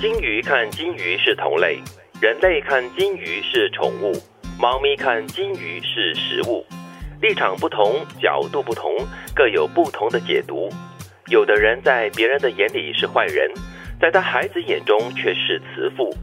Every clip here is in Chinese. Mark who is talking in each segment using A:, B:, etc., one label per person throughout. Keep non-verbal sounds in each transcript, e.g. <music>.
A: 金鱼看金鱼是同类，人类看金鱼是宠物，猫咪看金鱼是食物。立场不同，角度不同，各有不同的解读。有的人在别人的眼里是坏人，在他孩子眼中却是慈父。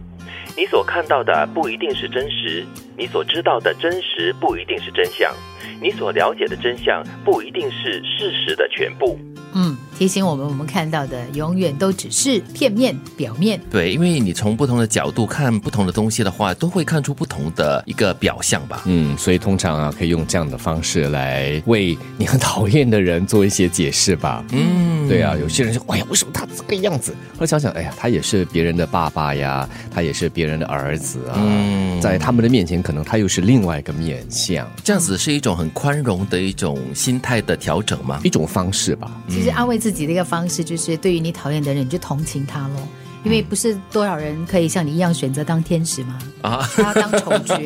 A: 你所看到的不一定是真实，你所知道的真实不一定是真相，你所了解的真相不一定是事实的全部。
B: 嗯，提醒我们，我们看到的永远都只是片面、表面。
C: 对，因为你从不同的角度看不同的东西的话，都会看出不同的一个表象吧。
D: 嗯，所以通常啊，可以用这样的方式来为你很讨厌的人做一些解释吧。
C: 嗯，
D: 对啊，有些人说，哎呀，为什么他这个样子？后来想想，哎呀，他也是别人的爸爸呀，他也是别人的儿子啊，
C: 嗯
D: 在他们的面前，可能他又是另外一个面相，
C: 这样子是一种很宽容的一种心态的调整嘛。
D: 一种方式吧。
C: 嗯
B: 其实安慰自己的一个方式，就是对于你讨厌的人，你就同情他喽。因为不是多少人可以像你一样选择当天使吗？
C: 啊，
B: 他要当丑
C: <laughs>
B: 角，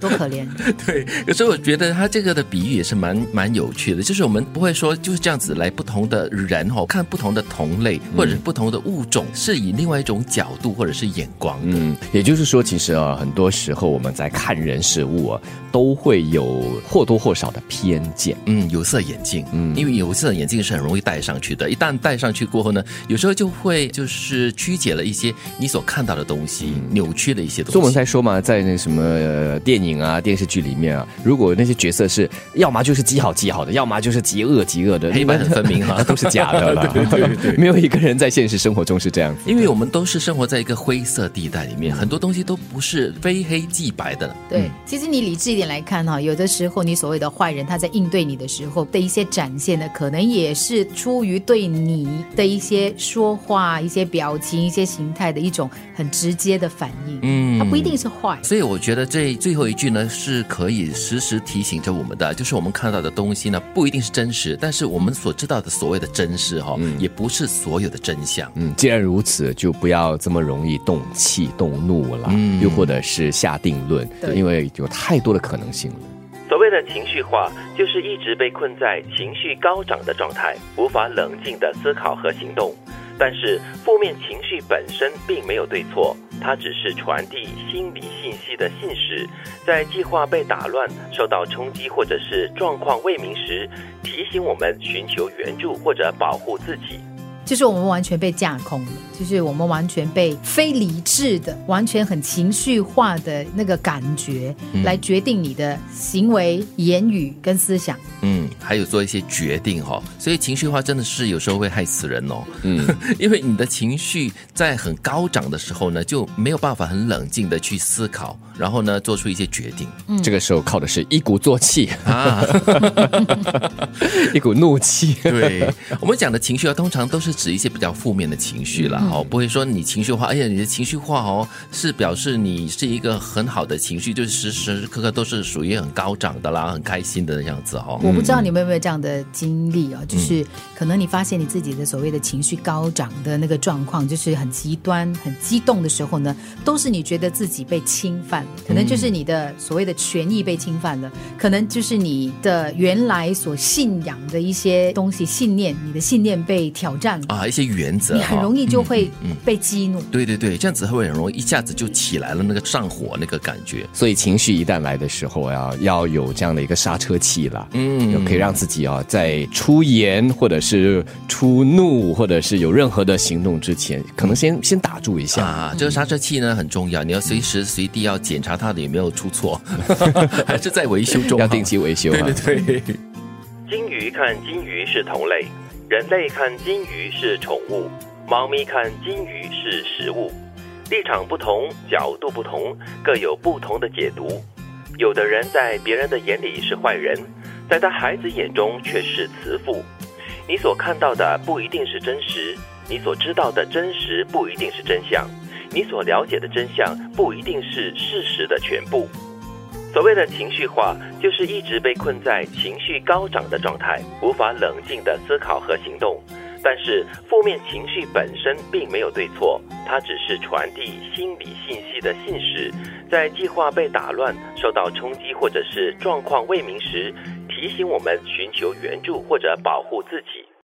B: 多可怜！
C: 对，可是我觉得他这个的比喻也是蛮蛮有趣的，就是我们不会说就是这样子来不同的人哦，看不同的同类或者是不同的物种，是以另外一种角度或者是眼光的。
D: 嗯，也就是说，其实啊，很多时候我们在看人事物啊，都会有或多或少的偏见。
C: 嗯，有色眼镜，嗯，因为有色眼镜是很容易戴上去的，一旦戴上去过后呢，有时候就会就是曲解了一些你所看到的东西，扭曲了一些东西。
D: 所以我们才说嘛，在那什么、呃电影啊、电视剧里面啊，如果那些角色是要么就是极好极好的，要么就是极恶极恶的，
C: 黑白很分明哈
D: 啊都是假的了。 <laughs> 对对对，没有一个人在现实生活中是这样子。
C: 因为我们都是生活在一个灰色地带里面，很多东西都不是非黑即白的。
B: 对，其实你理智一点来看哈，有的时候你所谓的坏人，他在应对你的时候的一些展现呢，可能也是出于对你的一些说话、一些表情、一些形态的一种很直接的反应。
C: 嗯
B: 他不一定是坏。
C: 所以我觉得这最后一句呢，是可以时时提醒着我们的，就是我们看到的东西呢，不一定是真实，但是我们所知道的所谓的真实哈、也不是所有的真相。
D: 嗯，既然如此，就不要这么容易动气、动怒了，
C: 嗯
D: 又或者是下定论，
B: 对
D: 因为有太多的可能性了。
A: 所谓的情绪化，就是一直被困在情绪高涨的状态，无法冷静的思考和行动。但是负面情绪本身并没有对错，它只是传递心理信息的信使，在计划被打乱、受到冲击或者是状况未明时，提醒我们寻求援助或者保护自己。
B: 就是我们完全被架空了，就是我们完全被非理智的、完全很情绪化的那个感觉、来决定你的行为、言语跟思想。
C: 嗯，还有做一些决定哈、所以情绪化真的是有时候会害死人哦。
D: 嗯，
C: <laughs> 因为你的情绪在很高涨的时候呢，就没有办法很冷静的去思考，然后呢做出一些决定
D: 这个时候靠的是一鼓作气， <laughs>
C: 啊。
D: 一股怒气。
C: <laughs>
D: <laughs>
C: 对我们讲的情绪啊，通常都是指一些比较负面的情绪啦。哦，不会说你情绪化，哎呀，你的情绪化哦，是表示你是一个很好的情绪，就是时时刻刻都是属于很高涨的啦，很开心的样子哦。
B: 我不知道你们有没有这样的经历啊，
C: 嗯
B: 就是可能你发现你自己的所谓的情绪高涨的那个状况，就是很极端、很激动的时候呢，都是你觉得自己被侵犯，可能
C: 嗯
B: 就是你的所谓的权益被侵犯了，可能就是你的原来所信仰的一些东西、信念，你的信念被挑战了。
C: 啊，一些原则、哦，
B: 你很容易就会
C: 嗯嗯
B: 被激怒。
C: 对对对，这样子会很容易一下子就起来了，那个上火那个感觉。
D: 所以情绪一旦来的时候啊，要有这样的一个刹车器了，
C: 嗯
D: 就可以让自己啊，在出言或者是出怒，或者是有任何的行动之前，可能先先打住一下。
C: 啊，这个刹车器呢很重要，你要随时随地要检查它的有没有出
D: <laughs>
C: 错，还是在维修中，
D: 要定。期维修、啊，
C: 对对对。
A: 金鱼看金鱼是同类，人类看金鱼是宠物，猫咪看金鱼是食物。立场不同，角度不同，各有不同的解读。有的人在别人的眼里是坏人，在他孩子眼中却是慈父。你所看到的不一定是真实，你所知道的真实不一定是真相，你所了解的真相不一定是事实的全部。所谓的情绪化，就是一直被困在情绪高涨的状态，无法冷静的思考和行动。但是负面情绪本身并没有对错，它只是传递心理信息的信使，在计划被打乱、受到冲击或者是状况未明时，提醒我们寻求援助或者保护自己。